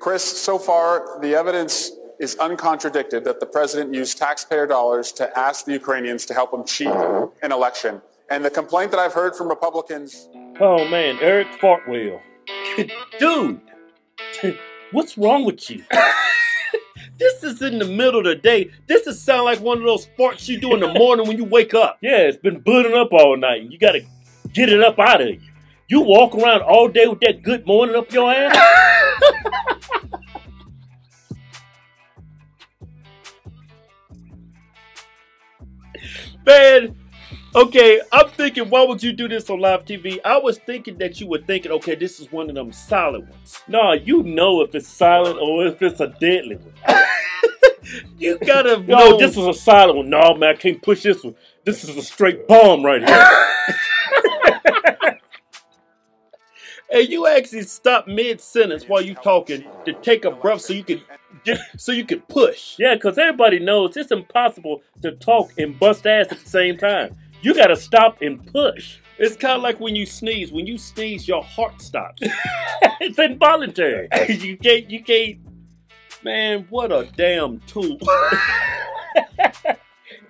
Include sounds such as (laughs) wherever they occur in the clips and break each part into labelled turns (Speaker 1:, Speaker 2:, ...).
Speaker 1: Chris, so far, the evidence is uncontradicted that the president used taxpayer dollars to ask the Ukrainians to help him cheat an election. And the complaint that I've heard from Republicans
Speaker 2: Oh man, Eric Fartwell.
Speaker 3: Dude,
Speaker 2: What's wrong with you?
Speaker 3: this is in the middle of the day. This is sound like one of those farts you do in the morning when you wake up.
Speaker 2: Yeah, it's been building up all night. You gotta get it up out of you. You walk around all day with that good morning up your ass?
Speaker 3: Man, okay, I'm (laughs) thinking, why would you do this on live TV? I was thinking that you were thinking, okay, this is one of them solid ones.
Speaker 2: nah, you know if it's silent or if it's a deadly one.
Speaker 3: You gotta know.
Speaker 2: No, this is a silent one. No, man, I can't push this one. This is a straight bomb right
Speaker 3: (laughs)
Speaker 2: here.
Speaker 3: and you actually stop mid sentence while you talking to take a breath so you can get, so you can push.
Speaker 2: yeah, because everybody knows it's impossible to talk and bust ass at the same time. You gotta stop and push.
Speaker 3: It's kind of like when you sneeze. When you sneeze, your heart stops. (laughs)
Speaker 2: it's involuntary.
Speaker 3: you can't. You can't. Man, what a damn tool.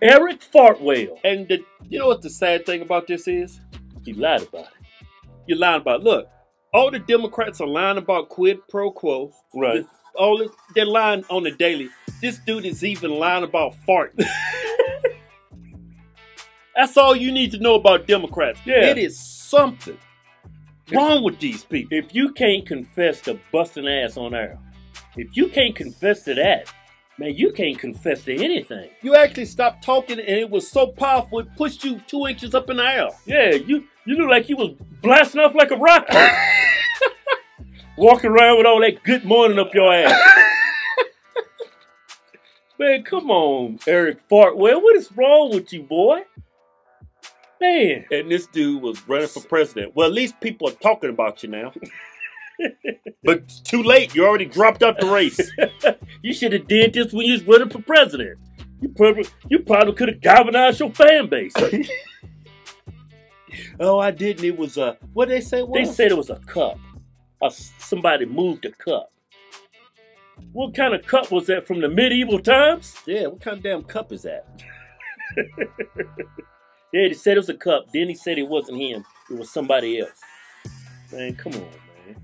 Speaker 2: Eric Fartwell.
Speaker 3: and the, you know what the sad thing about this is?
Speaker 2: He lied about it.
Speaker 3: You're lying about. Look, all the Democrats are lying about quid pro quo.
Speaker 2: Right.
Speaker 3: All this, they're lying on the daily. This dude is even lying about fart. (laughs) That's all you need to know about Democrats.
Speaker 2: Yeah.
Speaker 3: It is something wrong with these people.
Speaker 2: If you can't confess to busting ass on air, if you can't confess to that, man, you can't confess to anything.
Speaker 3: You actually stopped talking and it was so powerful it pushed you two inches up in the air.
Speaker 2: Yeah, you you look like you was blasting off like a rocket. Walking around with all that good morning up your ass. man, come on, Eric Fartwell. What is wrong with you, boy? Man.
Speaker 3: And this dude was running for president. Well, at least people are talking about you (laughs) now. but it's too late. You already dropped out the race.
Speaker 2: You should have did this when you was running for president. You probably, you probably could have galvanized your fan base.
Speaker 3: oh, I didn't. It was uh, what they say.
Speaker 2: They
Speaker 3: Was?
Speaker 2: said it was a cup. Or s- somebody moved a cup. What kind of cup was that from the medieval times?
Speaker 3: yeah. What kind of damn cup is that?
Speaker 2: Yeah, they said it was a cup. Then he said it wasn't him. It was somebody else. Man, come on, man.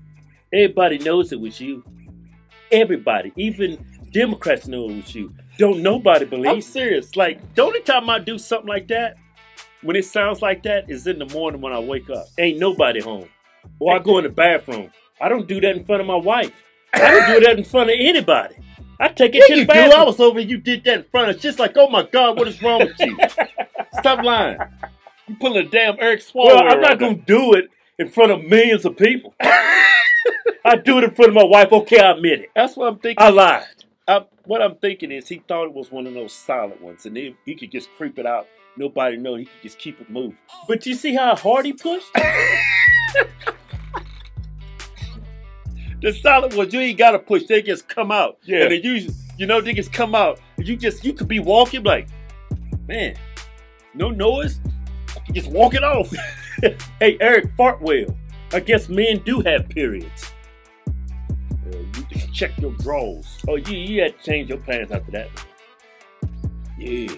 Speaker 2: Everybody knows it was you. Everybody, even Democrats know it was you. Don't nobody
Speaker 3: I'm
Speaker 2: believe.
Speaker 3: serious. Like the only time I do something like that, when it sounds like that, is in the morning when I wake up.
Speaker 2: Ain't nobody home. Or I go in the bathroom. I don't do that in front of my wife. I don't do that in front of anybody. I take it
Speaker 3: Yeah,
Speaker 2: to the
Speaker 3: you do.
Speaker 2: bathroom.
Speaker 3: I was over. You did that in front of. Just like, oh my God, what is wrong (laughs) with you? Stop lying. (laughs) You pulling a damn Eric Swalwell.
Speaker 2: Well, I'm not gonna do it in front of millions of people. I do it in front of my wife. Okay, I admit it.
Speaker 3: That's what I'm thinking.
Speaker 2: I lied.
Speaker 3: I'm, what I'm thinking is he thought it was one of those solid ones, and he, he could just creep it out. Nobody know. He could just keep it moving.
Speaker 2: But you see how hard he pushed?
Speaker 3: The solid ones, you ain't gotta push. They just come out.
Speaker 2: Yeah.
Speaker 3: And then you, you know, they just come out. And you just, you could be walking like, man, no noise. I can just walk it off.
Speaker 2: (laughs) hey, Eric Fartwell. I guess men do have periods. Uh,
Speaker 3: Yeah, you just check your drawers.
Speaker 2: Oh, you you had to change your plans after that.
Speaker 3: Yeah.